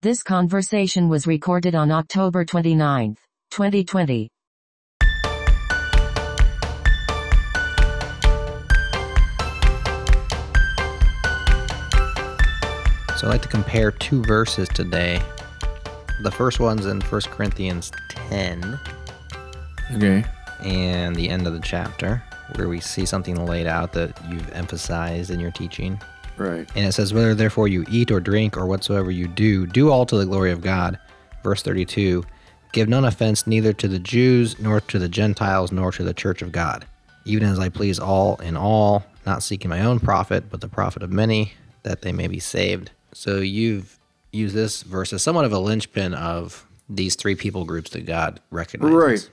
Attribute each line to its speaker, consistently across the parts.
Speaker 1: This conversation was recorded on October 29, 2020.
Speaker 2: So I'd like to compare two verses today. The first one's in 1 Corinthians 10
Speaker 3: Okay.
Speaker 2: and the end of the chapter, where we see something laid out that you've emphasized in your teaching.
Speaker 3: Right.
Speaker 2: And it says, Whether therefore you eat or drink or whatsoever you do, do all to the glory of God. Verse 32 Give none offense neither to the Jews, nor to the Gentiles, nor to the church of God, even as I please all in all, not seeking my own profit, but the profit of many, that they may be saved. So you've used this verse as somewhat of a linchpin of these three people groups that God recognizes.
Speaker 3: Right.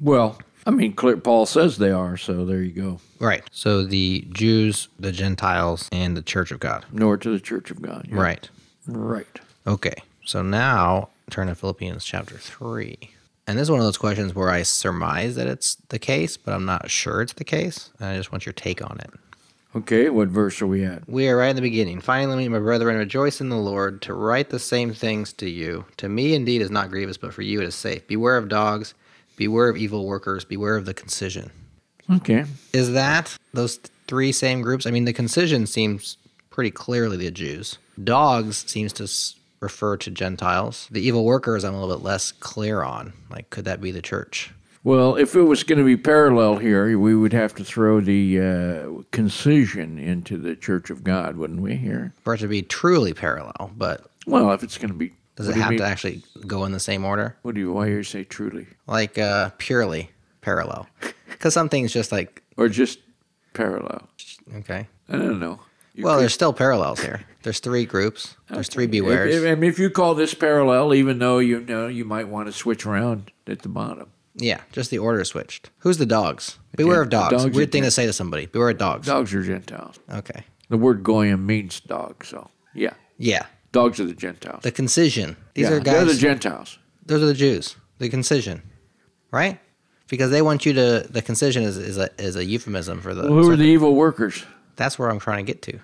Speaker 3: Well, I mean, clear, Paul says they are, so there you go.
Speaker 2: Right. So the Jews, the Gentiles, and the church of God.
Speaker 3: Nor to the church of God. yeah.
Speaker 2: Right.
Speaker 3: Right.
Speaker 2: Okay, so now turn to Philippians chapter 3. And this is one of those questions where I surmise that it's the case, but I'm not sure it's the case. And I just want your take on it.
Speaker 3: Okay, what verse are we at?
Speaker 2: We are right in the beginning. Finally, my brethren, rejoice in the Lord to write the same things to you. To me, indeed, is not grievous, but for you it is safe. Beware of dogs, beware of evil workers, beware of the concision.
Speaker 3: Okay.
Speaker 2: Is that those three same groups? I mean, the concision seems pretty clearly the Jews. Dogs seems to s- refer to Gentiles. The evil workers, I'm a little bit less clear on. Like, could that be the church?
Speaker 3: Well, if it was going to be parallel here, we would have to throw the uh, concision into the church of God, wouldn't we? Here.
Speaker 2: For it to be truly parallel, but
Speaker 3: Well, if it's going to be.
Speaker 2: does it
Speaker 3: what do you
Speaker 2: have
Speaker 3: mean-
Speaker 2: to actually go in the same order?
Speaker 3: What do you? Why you say truly?
Speaker 2: Like, uh, purely parallel? Because some things just like,
Speaker 3: Or just parallel?
Speaker 2: okay.
Speaker 3: I don't know. You
Speaker 2: Well,
Speaker 3: could-
Speaker 2: there's still parallels here. There's three groups. There's three
Speaker 3: If-
Speaker 2: bewares.
Speaker 3: if- I mean, if you call this parallel, even though you know you might want to switch around at the bottom.
Speaker 2: Yeah, just the order switched. Who's the dogs? Beware of
Speaker 3: the
Speaker 2: dogs.
Speaker 3: dogs
Speaker 2: Weird
Speaker 3: are
Speaker 2: thing to say to somebody. Beware of dogs.
Speaker 3: Dogs are Gentiles.
Speaker 2: Okay.
Speaker 3: The word goyim means dog, so yeah,
Speaker 2: Yeah.
Speaker 3: dogs are the Gentiles.
Speaker 2: The concision. These
Speaker 3: Yeah,
Speaker 2: are
Speaker 3: They're
Speaker 2: guys.
Speaker 3: the Gentiles.
Speaker 2: those are the Jews. The concision, right? Because they want you to. The concision is, is a is a euphemism for the.
Speaker 3: Well, who
Speaker 2: so
Speaker 3: are the evil workers?
Speaker 2: that's where I'm trying to get to.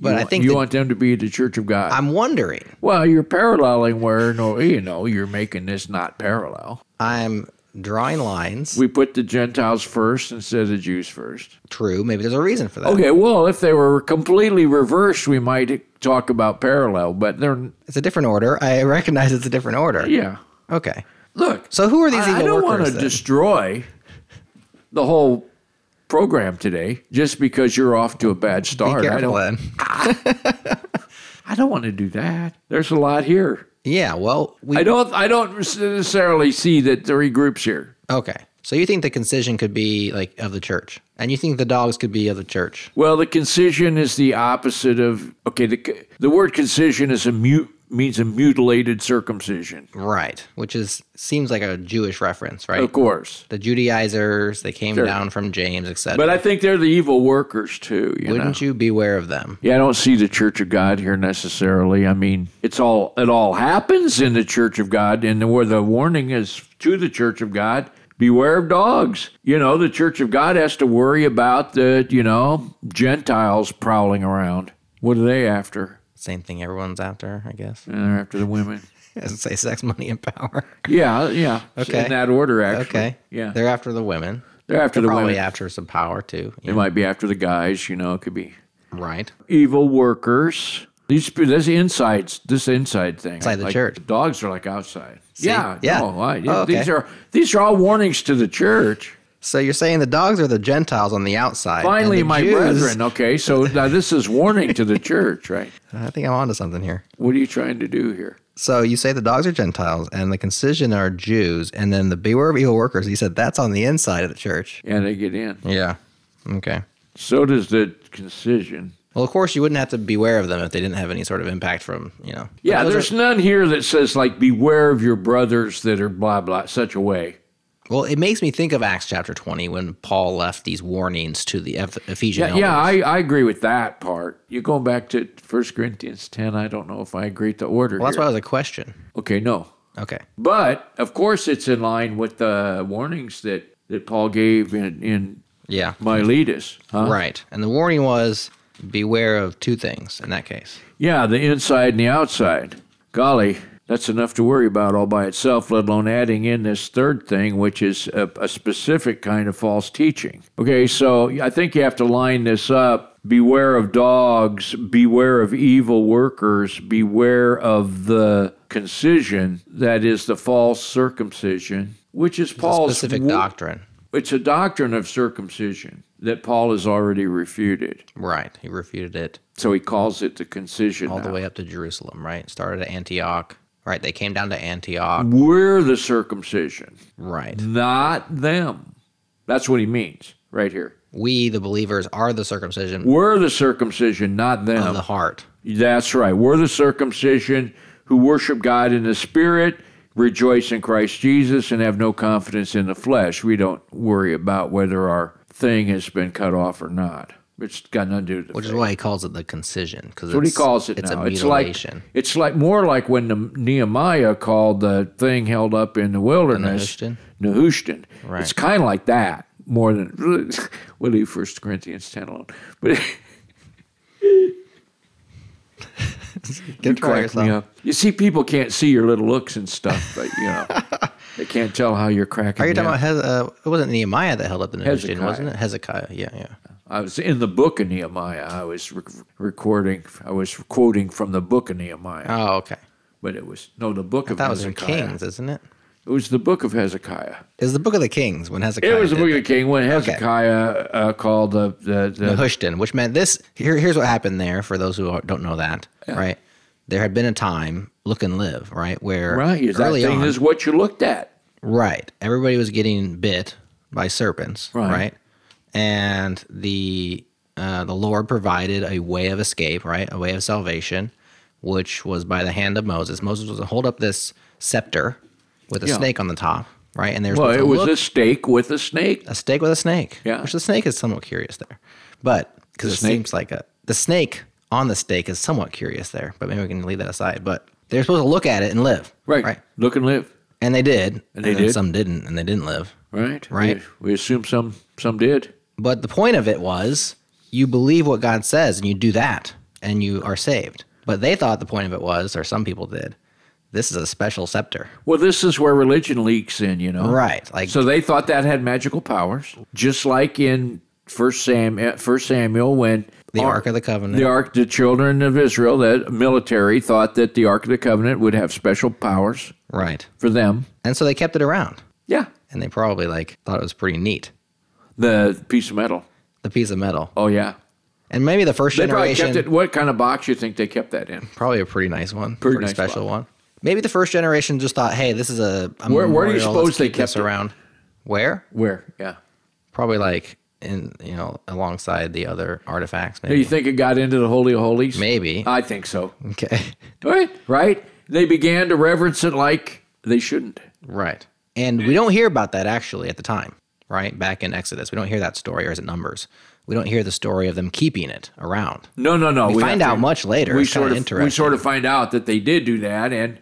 Speaker 2: but
Speaker 3: you,
Speaker 2: I
Speaker 3: want-
Speaker 2: think
Speaker 3: you
Speaker 2: that-
Speaker 3: want them to be the Church of God.
Speaker 2: I'm wondering.
Speaker 3: well, you're paralleling where no, you know, you're making this not parallel.
Speaker 2: I'm drawing lines.
Speaker 3: We put the Gentiles first instead of the Jews first.
Speaker 2: True. Maybe there's a reason for that.
Speaker 3: Okay, well, if they were completely reversed, we might talk about parallel, but they're
Speaker 2: It's a different order. I recognize it's a different order.
Speaker 3: yeah.
Speaker 2: Okay.
Speaker 3: Look,
Speaker 2: So who are these
Speaker 3: I, I
Speaker 2: evil
Speaker 3: don't want
Speaker 2: workers?
Speaker 3: to
Speaker 2: then?
Speaker 3: destroy the whole program today just because you're off to a bad
Speaker 2: Be
Speaker 3: start. I
Speaker 2: careful,
Speaker 3: don't.
Speaker 2: then.
Speaker 3: I don't want to do that. There's a lot here.
Speaker 2: Yeah. Well, we
Speaker 3: I don't. I don't necessarily see that three groups here.
Speaker 2: okay. So you think the concision could be like of the church, and you think the dogs could be of the church?
Speaker 3: Well, the concision is the opposite of okay. The the word concision is a mute means a mutilated circumcision.
Speaker 2: Right, which is seems like a Jewish reference, right?
Speaker 3: Of course.
Speaker 2: The Judaizers, they came down from James, etc.
Speaker 3: But I think they're the evil workers too. You know?
Speaker 2: Wouldn't you beware of them?
Speaker 3: Yeah, I don't see the Church of God here necessarily. I mean, it's all it all happens in the Church of God, and where the warning is to the Church of God: beware of dogs. You know, the Church of God has to worry about the you know Gentiles prowling around. What are they after?
Speaker 2: Same thing everyone's after, I guess.
Speaker 3: And they're after the women.
Speaker 2: Say sex, money, and power.
Speaker 3: Yeah, yeah.
Speaker 2: Okay.
Speaker 3: In that order, actually.
Speaker 2: Okay.
Speaker 3: Yeah. They're,
Speaker 2: They're after the women.
Speaker 3: after the
Speaker 2: Probably
Speaker 3: women.
Speaker 2: after some power too.
Speaker 3: They might be after the guys. You know, it could be
Speaker 2: Right.
Speaker 3: evil workers. These this insides this inside thing.
Speaker 2: Inside the
Speaker 3: Like,
Speaker 2: church.
Speaker 3: Dogs are like outside. Yeah.
Speaker 2: Yeah.
Speaker 3: no, I-
Speaker 2: Oh, okay.
Speaker 3: These are these are all warnings to the church.
Speaker 2: So you're saying the dogs are the Gentiles on the outside. and
Speaker 3: Finally,
Speaker 2: the
Speaker 3: my
Speaker 2: Jews-
Speaker 3: brethren. Okay, so now this is warning to the church, right?
Speaker 2: I think I'm onto something here.
Speaker 3: What are you trying to do here?
Speaker 2: So you say the dogs are Gentiles and the concision are Jews, and then the beware of evil workers. You said that's on the inside of the church.
Speaker 3: Yeah, they get in.
Speaker 2: Yeah. Okay.
Speaker 3: So does the concision.
Speaker 2: Well, of course, you wouldn't have to beware of them if they didn't have any sort of impact from, you know.
Speaker 3: Yeah,
Speaker 2: Those are-
Speaker 3: there's none here that says like beware of your brothers that are blah blah such a way.
Speaker 2: well, it makes me think of Acts chapter 20 when Paul left these warnings to the Eph- Ephesian
Speaker 3: Yeah, yeah,
Speaker 2: elders.
Speaker 3: I, I agree with that part. You're going back to 1 Corinthians 10. I don't know if I agree with the order.
Speaker 2: Well, that's
Speaker 3: here.
Speaker 2: why it was a question.
Speaker 3: okay, no.
Speaker 2: Okay.
Speaker 3: But of course, it's in line with the warnings that, that Paul gave in, in
Speaker 2: Yeah.
Speaker 3: Miletus. Huh?
Speaker 2: Right. And the warning was beware of two things in that case.
Speaker 3: Yeah, the inside and the outside. golly, that's enough to worry about all by itself, let alone adding in this third thing, which is a, a specific kind of false teaching. Okay, so I think you have to line this up. Beware of dogs, beware of evil workers, beware of the concision, that is the false circumcision, which is Paul's
Speaker 2: Specific
Speaker 3: wo-
Speaker 2: doctrine.
Speaker 3: It's a doctrine of circumcision that Paul has already refuted.
Speaker 2: Right. He refuted it
Speaker 3: So he calls it the concision.
Speaker 2: all the
Speaker 3: now.
Speaker 2: way up to Jerusalem, right? Started at Antioch. Right. They came down to Antioch.
Speaker 3: We're the circumcision,
Speaker 2: Right.
Speaker 3: not them. That's what he means right here.
Speaker 2: We, the believers, are the circumcision
Speaker 3: We're the circumcision, not
Speaker 2: of
Speaker 3: them.
Speaker 2: the heart.
Speaker 3: That's right. We're the circumcision who worship God in the Spirit, rejoice in Christ Jesus, and have no confidence in the flesh. We don't worry about whether our thing has been cut off or not. It's got nothing to do with the
Speaker 2: Which is
Speaker 3: faith.
Speaker 2: why he calls it the concision. Because
Speaker 3: That's what he calls it
Speaker 2: It's
Speaker 3: now.
Speaker 2: a
Speaker 3: it's like
Speaker 2: mutilation.
Speaker 3: it's like more like when the Nehemiah called the thing held up in the wilderness
Speaker 2: Nehushtan?
Speaker 3: Nehushtan.
Speaker 2: Right.
Speaker 3: It's kind of like that more than we'll leave First Corinthians ten alone. But
Speaker 2: Get
Speaker 3: crack me up. You see, people can't see your little looks and stuff, but you know they can't tell how you're cracking.
Speaker 2: Are you talking
Speaker 3: me
Speaker 2: about
Speaker 3: up.
Speaker 2: Hez- uh, it wasn't Nehemiah that held up the Nehushtan,
Speaker 3: Hezekiah.
Speaker 2: wasn't it? Hezekiah. Yeah, yeah.
Speaker 3: I was in the book of Nehemiah. I was re- recording. I was quoting from the book of Nehemiah,
Speaker 2: Oh, okay.
Speaker 3: but it was no the book of
Speaker 2: That was in
Speaker 3: Hezekiah.
Speaker 2: Kings, isn't it?
Speaker 3: It was the book of Hezekiah.
Speaker 2: It was the Book of the Kings when Hezekiah.
Speaker 3: It was the
Speaker 2: did
Speaker 3: Book of
Speaker 2: that.
Speaker 3: the King when Hezekiah uh, called the the, the
Speaker 2: Nehushtan, which meant this. Here, here's what happened there. For those who don't know that, right? There had been a time, look and live, right, where
Speaker 3: right. That
Speaker 2: early
Speaker 3: thing
Speaker 2: on,
Speaker 3: is what you looked at.
Speaker 2: right, everybody was getting bit by serpents,
Speaker 3: Right.
Speaker 2: right, and the uh, the Lord provided a way of escape, right, a way of salvation, which was by the hand of Moses. Moses was to hold up this scepter with a
Speaker 3: Yeah.
Speaker 2: snake on the top, right, and there's
Speaker 3: Well, it was
Speaker 2: look
Speaker 3: a steak with a snake.
Speaker 2: a steak with a snake.
Speaker 3: Yeah.
Speaker 2: Which the snake is somewhat curious there. But because it
Speaker 3: snake?
Speaker 2: seems like a the snake on the steak is somewhat curious there, but maybe we can leave that aside. But they're supposed to look at it and live.
Speaker 3: Right.
Speaker 2: Right.
Speaker 3: Look and live.
Speaker 2: And they did.
Speaker 3: And they
Speaker 2: then
Speaker 3: did.
Speaker 2: Some didn't, and they didn't live.
Speaker 3: Right.
Speaker 2: Right.
Speaker 3: We, we assume some some did.
Speaker 2: But the point of it was you believe what God says and you do that and you are saved. But they thought the point of it was, or some people did, this is a special scepter.
Speaker 3: Well, this is where religion leaks in, you know.
Speaker 2: Right. Like
Speaker 3: So they thought that had magical powers, just like in First Sam, uh, First Samuel, when
Speaker 2: the Ark of the Covenant.
Speaker 3: The Ark, the children of Israel, the military thought that the Ark of the Covenant would have special powers
Speaker 2: right.
Speaker 3: for them.
Speaker 2: And so they kept it around.
Speaker 3: Yeah,
Speaker 2: And they probably like thought it was pretty neat.
Speaker 3: the piece of metal.
Speaker 2: The piece of metal.
Speaker 3: Oh yeah,
Speaker 2: And maybe the first
Speaker 3: they probably
Speaker 2: generation
Speaker 3: kept
Speaker 2: probably,
Speaker 3: it. What kind of box you think they kept that in?
Speaker 2: a pretty nice one,
Speaker 3: Pretty
Speaker 2: pretty,
Speaker 3: nice
Speaker 2: special one. Maybe the first generation just thought, "Hey, this is a, a
Speaker 3: Where- where do you
Speaker 2: memorial,
Speaker 3: suppose
Speaker 2: let's
Speaker 3: they
Speaker 2: keep this
Speaker 3: kept it?
Speaker 2: around?" Where?
Speaker 3: Where? Yeah.
Speaker 2: Probably like in you know alongside the other artifacts,
Speaker 3: Do
Speaker 2: maybe.
Speaker 3: you think it got into the holy of holies?
Speaker 2: Maybe.
Speaker 3: I think so.
Speaker 2: okay.
Speaker 3: Right. Right. They began to reverence it like they shouldn't.
Speaker 2: right. And we don't hear about that actually at the time, right? Back in Exodus, we don't hear that story, or is it Numbers? We don't hear the story of them keeping it around.
Speaker 3: No. No. No.
Speaker 2: We, find
Speaker 3: have
Speaker 2: out
Speaker 3: to-
Speaker 2: much later.
Speaker 3: We
Speaker 2: It's kinda
Speaker 3: sort of
Speaker 2: interesting.
Speaker 3: we sort of find out that they did do that and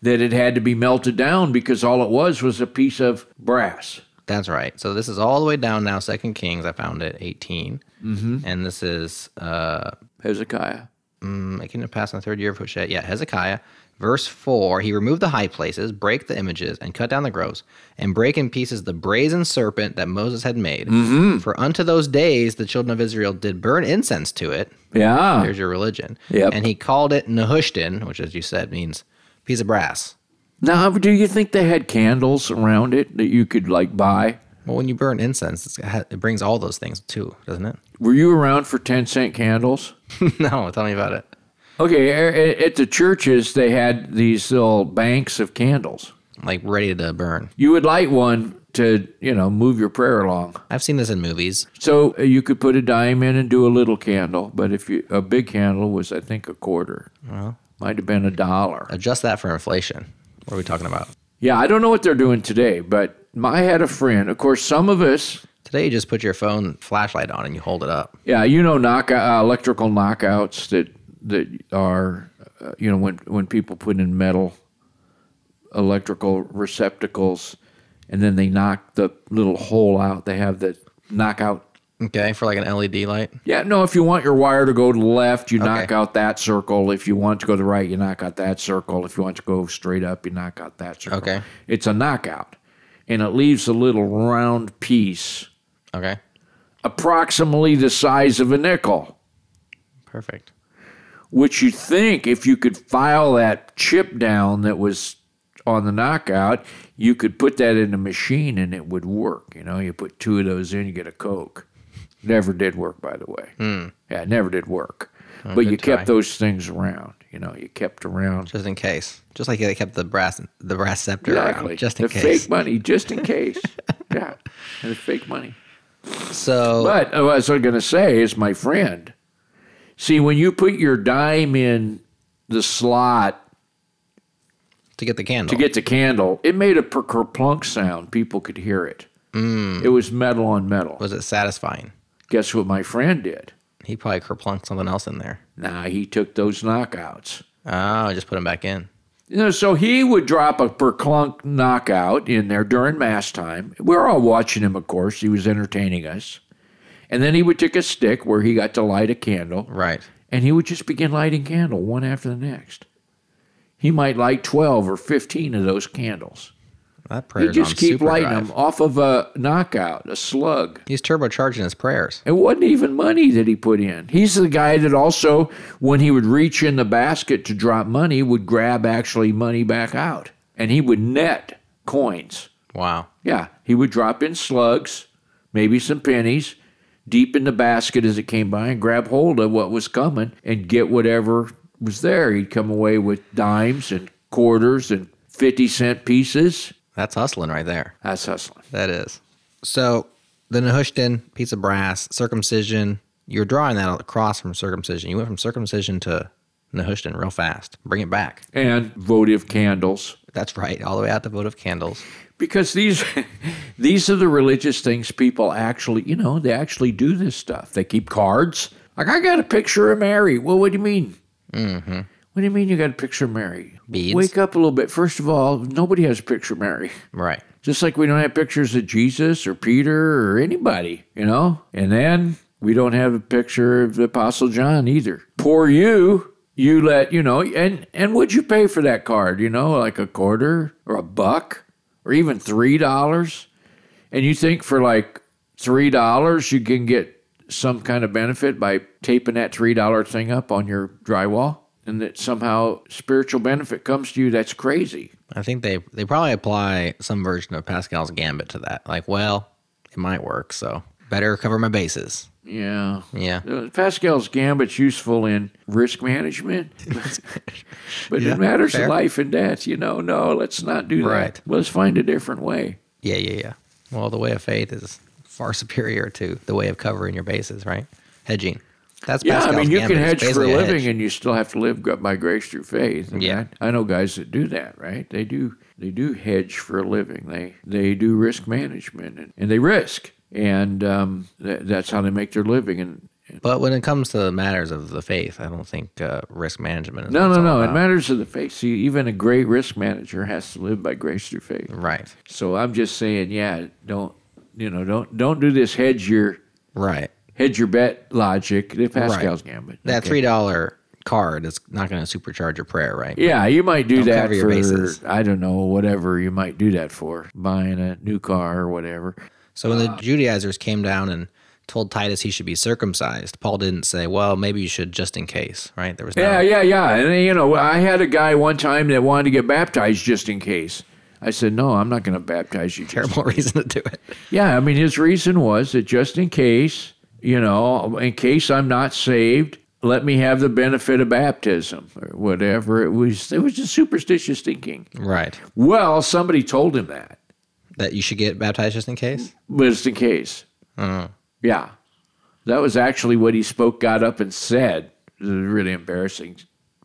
Speaker 3: that it had to be melted down because all it was was a piece of brass.
Speaker 2: That's right. So this is all the way down now. Second Kings, I found it 18 mm-hmm. and this is uh,
Speaker 3: Hezekiah.
Speaker 2: making a pass in the third year of Hosea. Yeah, Hezekiah, verse 4 He removed the high places, break the images, and cut down the groves, and break in pieces the brazen serpent that Moses had made. For unto those days the children of Israel did burn incense to it.
Speaker 3: Yeah.
Speaker 2: There's your religion.
Speaker 3: Yep.
Speaker 2: And he called it Nehushtan, which, as you said, means piece of brass.
Speaker 3: Now, do you think they had candles around it that you could like buy?
Speaker 2: Well, when you burn incense, it's, it brings all those things too, doesn't it?
Speaker 3: Were you around for ten cent candles?
Speaker 2: no, tell me about it.
Speaker 3: Okay, a- a- at the churches they had these little banks of candles.
Speaker 2: Like ready to burn.
Speaker 3: You would light one to, you know, move your prayer along.
Speaker 2: I've seen this in movies.
Speaker 3: So uh, you could put a dime in and do a little candle, but if you a big candle was I think a quarter. Might have been a dollar.
Speaker 2: Adjust that for inflation. What are we talking about?
Speaker 3: Yeah, I don't know what they're doing today, but I had a friend. Of course, some of us,
Speaker 2: Today, you just put your phone flashlight on and you hold it up.
Speaker 3: yeah, you know, knock uh, electrical knockouts that that are, uh, you know, when when people put in metal electrical receptacles, and then they knock the little hole out. They have the knockout
Speaker 2: Okay, for like an LED light.
Speaker 3: Yeah, no, if you want your wire to go to the left, you knock
Speaker 2: Okay.
Speaker 3: out that circle. If you want to go to the right, you knock out that circle. If you want to go straight up, you knock out that circle.
Speaker 2: Okay.
Speaker 3: It's a knockout. And it leaves a little round piece,
Speaker 2: Okay,
Speaker 3: approximately the size of a nickel,
Speaker 2: perfect.
Speaker 3: which you think if you could file that chip down that was on the knockout, you could put that in a machine and it would work. You know, you put two of those in, you get a Coke. Never did work, by the way. Yeah, it never did work. but you
Speaker 2: Hmm. good
Speaker 3: kept
Speaker 2: try.
Speaker 3: those things around. You know, you kept around.
Speaker 2: Just in case, just like they kept the brass the brass scepter
Speaker 3: Exactly.
Speaker 2: around, just in
Speaker 3: the
Speaker 2: case.
Speaker 3: fake money, just in case. yeah, the fake money.
Speaker 2: So
Speaker 3: But uh, what I was going to say is, my friend, see, when you put your dime in the slot
Speaker 2: to get the candle,
Speaker 3: to get the candle, it made a per- kerplunk sound. People could hear it. It was metal on metal.
Speaker 2: was it satisfying?
Speaker 3: Guess what my friend did?
Speaker 2: He probably kerplunked something else in there.
Speaker 3: Nah, he took those knockouts.
Speaker 2: Oh, just put him back in.
Speaker 3: You know, so he would drop a perclunk knockout in there during mass time. We were all watching him, of course. He was entertaining us. And then he would take a stick where he got to light a candle,
Speaker 2: Right.
Speaker 3: and he would just begin lighting candle one after the next. He might light 12 or 15 of those candles.
Speaker 2: That prayer.
Speaker 3: He'd just keep lighting them off of a knockout, a slug.
Speaker 2: He's turbocharging his prayers.
Speaker 3: It wasn't even money that he put in. He's the guy that also, when he would reach in the basket to drop money, would grab actually money back out. And he would net coins.
Speaker 2: Wow.
Speaker 3: Yeah, he would drop in slugs, maybe some pennies, deep in the basket as it came by and grab hold of what was coming and get whatever was there. He'd come away with dimes and quarters and 50 cent pieces.
Speaker 2: That's hustling right there.
Speaker 3: That's hustling.
Speaker 2: That is. So the Nehushtan, piece of brass, circumcision. You're drawing that across from circumcision. You went from circumcision to Nehushtan real fast. Bring it back.
Speaker 3: And votive candles.
Speaker 2: That's right. All the way out to votive candles.
Speaker 3: because these these are the religious things people actually you know they actually do this stuff they keep cards like i got a picture of mary well what do you mean mm-hmm. what do you mean you got a picture of mary
Speaker 2: Beads.
Speaker 3: wake up a little bit first of all nobody has a picture of mary
Speaker 2: Right.
Speaker 3: just like we don't have pictures of jesus or peter or anybody you know and then we don't have a picture of the apostle john either poor you you let you know and and would you pay for that card you know like a quarter or a buck or even three dollars and you think for like three dollars you can get some kind of benefit by taping that three dollar thing up on your drywall and that somehow spiritual benefit comes to you that's crazy
Speaker 2: I think they they probably apply some version of Pascal's gambit to that. Like, well, it might work, so better cover my bases.
Speaker 3: yeah
Speaker 2: Yeah.
Speaker 3: Uh, Pascal's gambit's useful in risk management, but it matters
Speaker 2: fair.
Speaker 3: of life and death. You know, no, let's not do
Speaker 2: Right.
Speaker 3: that. Let's find a different way.
Speaker 2: Yeah, yeah, yeah. Well, the way of faith is far superior to the way of covering your bases, right? Hedging. That's
Speaker 3: Yeah,
Speaker 2: Pascal's
Speaker 3: I mean, you can
Speaker 2: gambit. It's
Speaker 3: hedge for a
Speaker 2: basically
Speaker 3: living,
Speaker 2: hedge.
Speaker 3: and you still have to live gr- by grace through faith. And
Speaker 2: Yeah.
Speaker 3: I, I know guys that do that, right? They do they do hedge for a living. They they do risk management and, and they risk, and um, tha- that's how they make their living. And
Speaker 2: But when it comes to the matters of the faith, I don't think uh, risk management is
Speaker 3: no,
Speaker 2: what
Speaker 3: no,
Speaker 2: it's all
Speaker 3: no, it
Speaker 2: about.
Speaker 3: matters of the faith. See, even a great risk manager has to live by grace through faith.
Speaker 2: Right,
Speaker 3: So I'm just saying, yeah, don't you know, don't don't do this hedge your
Speaker 2: right.
Speaker 3: hedge your bet logic. The Pascal's gambit.
Speaker 2: That
Speaker 3: Okay.
Speaker 2: three dollar card is not going to supercharge your prayer, right?
Speaker 3: Yeah, you might do that
Speaker 2: cover your
Speaker 3: for
Speaker 2: bases.
Speaker 3: I don't know whatever you might do that for buying a new car or whatever.
Speaker 2: So when the Judaizers came down and told Titus he should be circumcised, Paul didn't say, "Well, maybe you should just in case," right? There was no,
Speaker 3: Yeah, yeah, yeah. And you know, I had a guy one time that wanted to get baptized just in case. I said, no, I'm not going to baptize you. just
Speaker 2: terrible reason to do it.
Speaker 3: Yeah, I mean, his reason was that just in case, you know, in case I'm not saved, let me have the benefit of baptism or whatever. It was it was just superstitious thinking.
Speaker 2: Right.
Speaker 3: Well, somebody told him that,
Speaker 2: That you should get baptized just in case.
Speaker 3: just in case. Yeah, that was actually what he spoke, got up and said. It was really embarrassing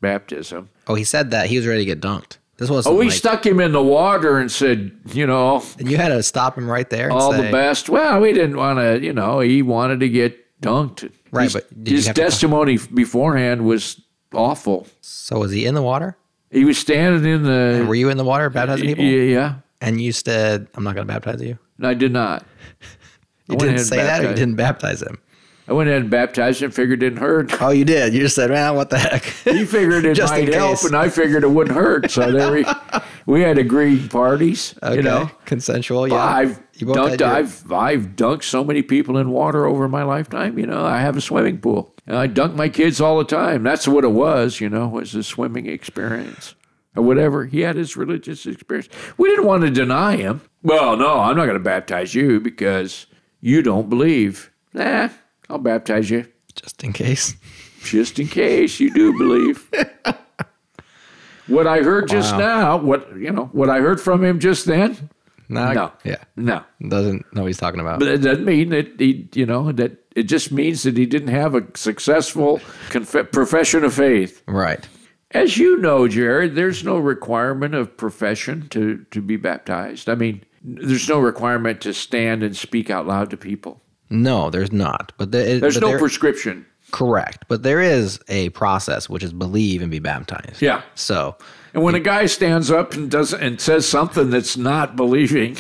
Speaker 3: baptism.
Speaker 2: Oh, he said that he was ready to get dunked. This wasn't.
Speaker 3: Oh, we
Speaker 2: like,
Speaker 3: stuck him in the water and said, you know,
Speaker 2: and you had to stop him right there. And
Speaker 3: all
Speaker 2: say,
Speaker 3: the best. Well, we didn't want to, you know, he wanted to get dunked.
Speaker 2: Right,
Speaker 3: his,
Speaker 2: but did you
Speaker 3: his
Speaker 2: have to-
Speaker 3: testimony beforehand was awful.
Speaker 2: So was he in the water?
Speaker 3: He was standing in
Speaker 2: Were
Speaker 3: the
Speaker 2: you in the water baptizing people?
Speaker 3: yeah, yeah,
Speaker 2: And you said, "I'm not going to baptize you."
Speaker 3: and I did not.
Speaker 2: You didn't
Speaker 3: went ahead and
Speaker 2: say that or you
Speaker 3: baptized-
Speaker 2: didn't baptize him?
Speaker 3: I went ahead and baptized him, figured it didn't hurt.
Speaker 2: Oh, you did. You just said, well, what the heck?
Speaker 3: He figured it
Speaker 2: Just in
Speaker 3: might help,
Speaker 2: case.
Speaker 3: and I figured it wouldn't hurt. So there we we had agreed parties.
Speaker 2: okay.
Speaker 3: You know,
Speaker 2: Consensual. Yeah.
Speaker 3: I've
Speaker 2: You both
Speaker 3: dunked.
Speaker 2: had your-
Speaker 3: I've I've dunked so many people in water over my lifetime. You know, I have a swimming pool, and I dunk my kids all the time. That's what it was. You know, was a swimming experience or whatever. He had his religious experience. We didn't want to deny him. Well, no, I'm not going to baptize you because you don't believe. Nah, I'll baptize you
Speaker 2: just in case.
Speaker 3: just in case you do believe. what I heard just now, what you know, what I heard from him just then,
Speaker 2: Not,
Speaker 3: no,
Speaker 2: Yeah.
Speaker 3: no,
Speaker 2: Doesn't know what he's talking about.
Speaker 3: but it doesn't mean that he, you know, that it just means that he didn't have a successful conf- profession of faith.
Speaker 2: right.
Speaker 3: As you know, Jared, there's no requirement of profession to, to be baptized. I mean, there's no requirement to stand and speak out loud to people.
Speaker 2: No, there's not. But the,
Speaker 3: There's
Speaker 2: but
Speaker 3: no
Speaker 2: there-
Speaker 3: prescription.
Speaker 2: correct. But there is a process, which is believe and be baptized.
Speaker 3: Yeah.
Speaker 2: So
Speaker 3: And when a guy stands up and does and says something that's not believing,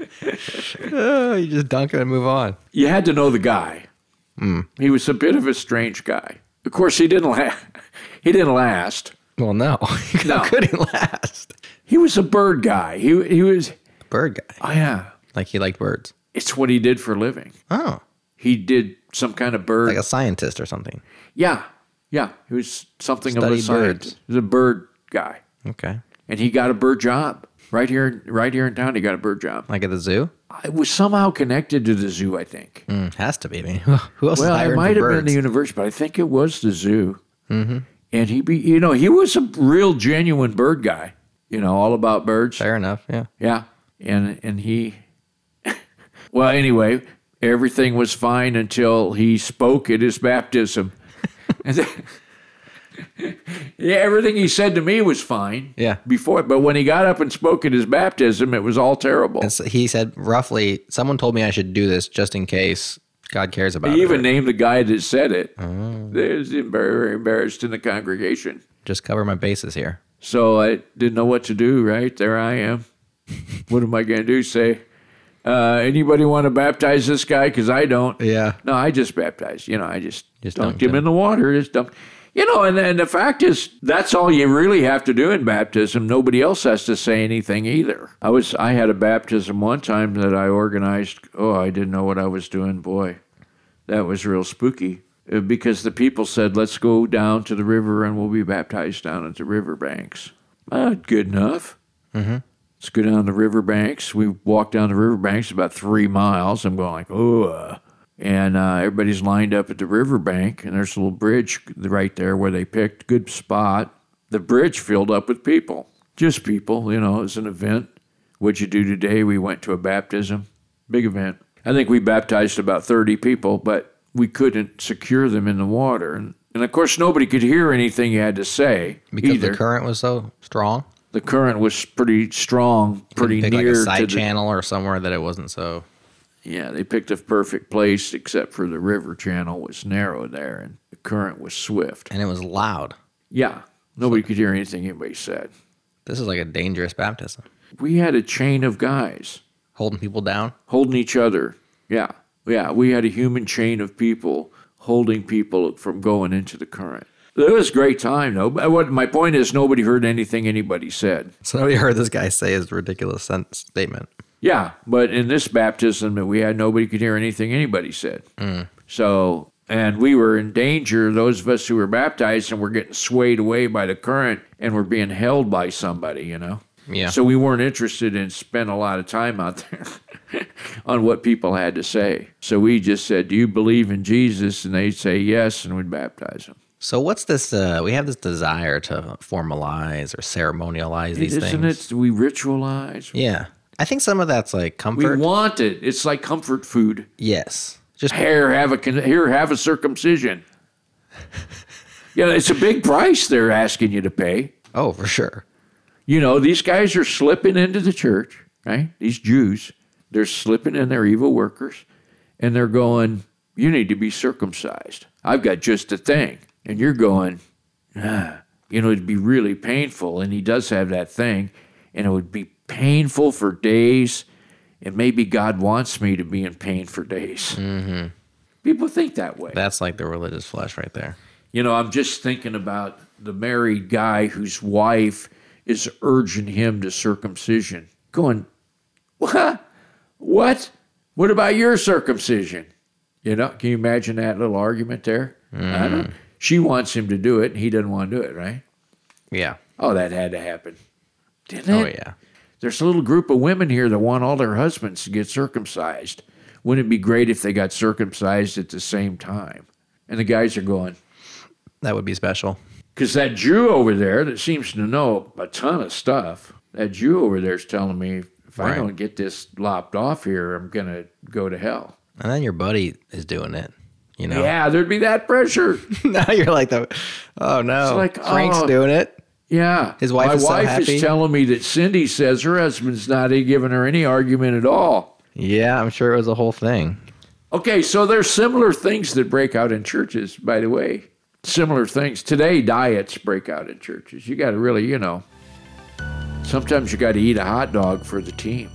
Speaker 2: uh, you just dunk it and move on.
Speaker 3: you had to know the guy.
Speaker 2: Hmm.
Speaker 3: He was a bit of a strange guy. Of course, he didn't la- he didn't last.
Speaker 2: Well, no.
Speaker 3: No.
Speaker 2: How could he last?
Speaker 3: He was a bird guy. He he was
Speaker 2: Bird guy.
Speaker 3: oh yeah.
Speaker 2: Like he liked birds.
Speaker 3: It's what he did for a living.
Speaker 2: Oh,
Speaker 3: He did some kind of bird.
Speaker 2: like a scientist or something.
Speaker 3: yeah, yeah. He was something of a
Speaker 2: Studied
Speaker 3: scientist.
Speaker 2: birds.
Speaker 3: He was a bird guy,
Speaker 2: Okay.
Speaker 3: and he got a bird job right here right here in town. He got a bird job.
Speaker 2: Like at the zoo?
Speaker 3: It was somehow connected to the zoo, I think.
Speaker 2: Mm, has to be. I mean, who else
Speaker 3: Well,
Speaker 2: is hiring
Speaker 3: it
Speaker 2: for
Speaker 3: might have been
Speaker 2: birds?
Speaker 3: the university, but I think it was the zoo. Mm-hmm. And he, be, you know, he was a real genuine bird guy. You know, all about birds.
Speaker 2: Fair enough. Yeah.
Speaker 3: Yeah, and and he, well, anyway, everything was fine until he spoke at his baptism. And then- yeah, everything he said to me was fine.
Speaker 2: Yeah.
Speaker 3: Before, but when he got up and spoke at his baptism, it was all terrible.
Speaker 2: And so he said roughly, someone told me I should do this just in case God cares about
Speaker 3: He
Speaker 2: it.
Speaker 3: even named the guy that said it.
Speaker 2: Oh.
Speaker 3: There's very, very embarrassed in the congregation.
Speaker 2: Just cover my bases here.
Speaker 3: So I didn't know what to do, right? There I am. what am I going to do? Say, uh, anybody want to baptize this guy? Because I don't.
Speaker 2: Yeah.
Speaker 3: No, I just baptized. You know, I just,
Speaker 2: Just
Speaker 3: dunked,
Speaker 2: dunked
Speaker 3: him
Speaker 2: him.
Speaker 3: in the water. Just dunked. You know, and, and the fact is, that's all you really have to do in baptism. Nobody else has to say anything either. I was, I had a baptism one time that I organized. Oh, I didn't know what I was doing. Boy, that was real spooky uh, because the people said, let's go down to the river and we'll be baptized down at the riverbanks. Uh, good enough. Let's go down the riverbanks. We walked down the riverbanks about three miles. I'm going like, oh, uh," and uh, everybody's lined up at the riverbank, and there's a little bridge right there where they picked good spot. The bridge filled up with people, just people. You know, it was an event. What'd you do today? We went to a baptism, big event. I think we baptized about 30 people, but we couldn't secure them in the water, and, and of course nobody could hear anything you had to say
Speaker 2: Because
Speaker 3: either
Speaker 2: the current was so strong.
Speaker 3: the current was pretty strong, pretty
Speaker 2: Pick like
Speaker 3: near
Speaker 2: a side
Speaker 3: to the,
Speaker 2: channel or somewhere that it wasn't so.
Speaker 3: Yeah, they picked a perfect place, except for the river channel was narrow there, and the current was swift.
Speaker 2: And it was loud.
Speaker 3: Yeah, nobody could hear anything anybody said.
Speaker 2: This is like a dangerous baptism.
Speaker 3: We had a chain of guys
Speaker 2: Holding people down.
Speaker 3: holding each other. Yeah, yeah, we had a human chain of people holding people from going into the current. It was a great time, though. But what my point is, nobody heard anything anybody said.
Speaker 2: So nobody heard this guy say his ridiculous sen- statement.
Speaker 3: Yeah, but in this baptism that we had, nobody could hear anything anybody said.
Speaker 2: Mm.
Speaker 3: So, and we were in danger, those of us who were baptized and were getting swayed away by the current and were being held by somebody, you know?
Speaker 2: Yeah.
Speaker 3: So we weren't interested in spending a lot of time out there on what people had to say. So we just said, Do you believe in Jesus? And they'd say yes, and we'd baptize them.
Speaker 2: So what's this? Uh, we have this desire to formalize or ceremonialize these
Speaker 3: Isn't
Speaker 2: things.
Speaker 3: it? We ritualize.
Speaker 2: Yeah, I think some of that's like
Speaker 3: We
Speaker 2: comfort.
Speaker 3: want it. It's like comfort food.
Speaker 2: yes, just
Speaker 3: here have a con- here have a circumcision. you know, it's a big price they're asking you to pay.
Speaker 2: oh for sure.
Speaker 3: You know, these guys are slipping into the church, right? These Jews, they're slipping in their evil workers, and they're going, "You need to be circumcised. I've got just the thing," and you're going, ah, "You know, it'd be really painful." And he does have that thing, and it would be painful for days, and maybe God wants me to be in pain for days. People think that way.
Speaker 2: That's like the religious flesh right there.
Speaker 3: You know, I'm just thinking about the married guy whose wife is urging him to circumcision. Going, what? What? What about your circumcision? You know, can you imagine that little argument there?
Speaker 2: Mm.
Speaker 3: I don't, she wants him to do it, and he doesn't want to do it, right?
Speaker 2: Yeah.
Speaker 3: Oh, that had to happen, didn't it?
Speaker 2: Oh yeah.
Speaker 3: There's a little group of women here that want all their husbands to get circumcised. Wouldn't it be great if they got circumcised at the same time? And the guys are going,
Speaker 2: That would be special.
Speaker 3: Because that Jew over there that seems to know a ton of stuff, that Jew over there is telling me if I
Speaker 2: Right.
Speaker 3: don't get this lopped off here, I'm going to go to hell.
Speaker 2: And then your buddy is doing it. You know.
Speaker 3: Yeah, there'd be that pressure.
Speaker 2: now you're like the oh no.
Speaker 3: It's like,
Speaker 2: Frank's
Speaker 3: oh.
Speaker 2: doing it.
Speaker 3: Yeah.
Speaker 2: His wife
Speaker 3: My
Speaker 2: is so
Speaker 3: wife
Speaker 2: happy.
Speaker 3: is telling me that Cindy says her husband's not giving her any argument at all.
Speaker 2: Yeah, I'm sure it was a whole thing.
Speaker 3: Okay, so there's similar things that break out in churches, by the way. Similar things. Today, diets break out in churches. You got to really, you know, sometimes you got to eat a hot dog for the team.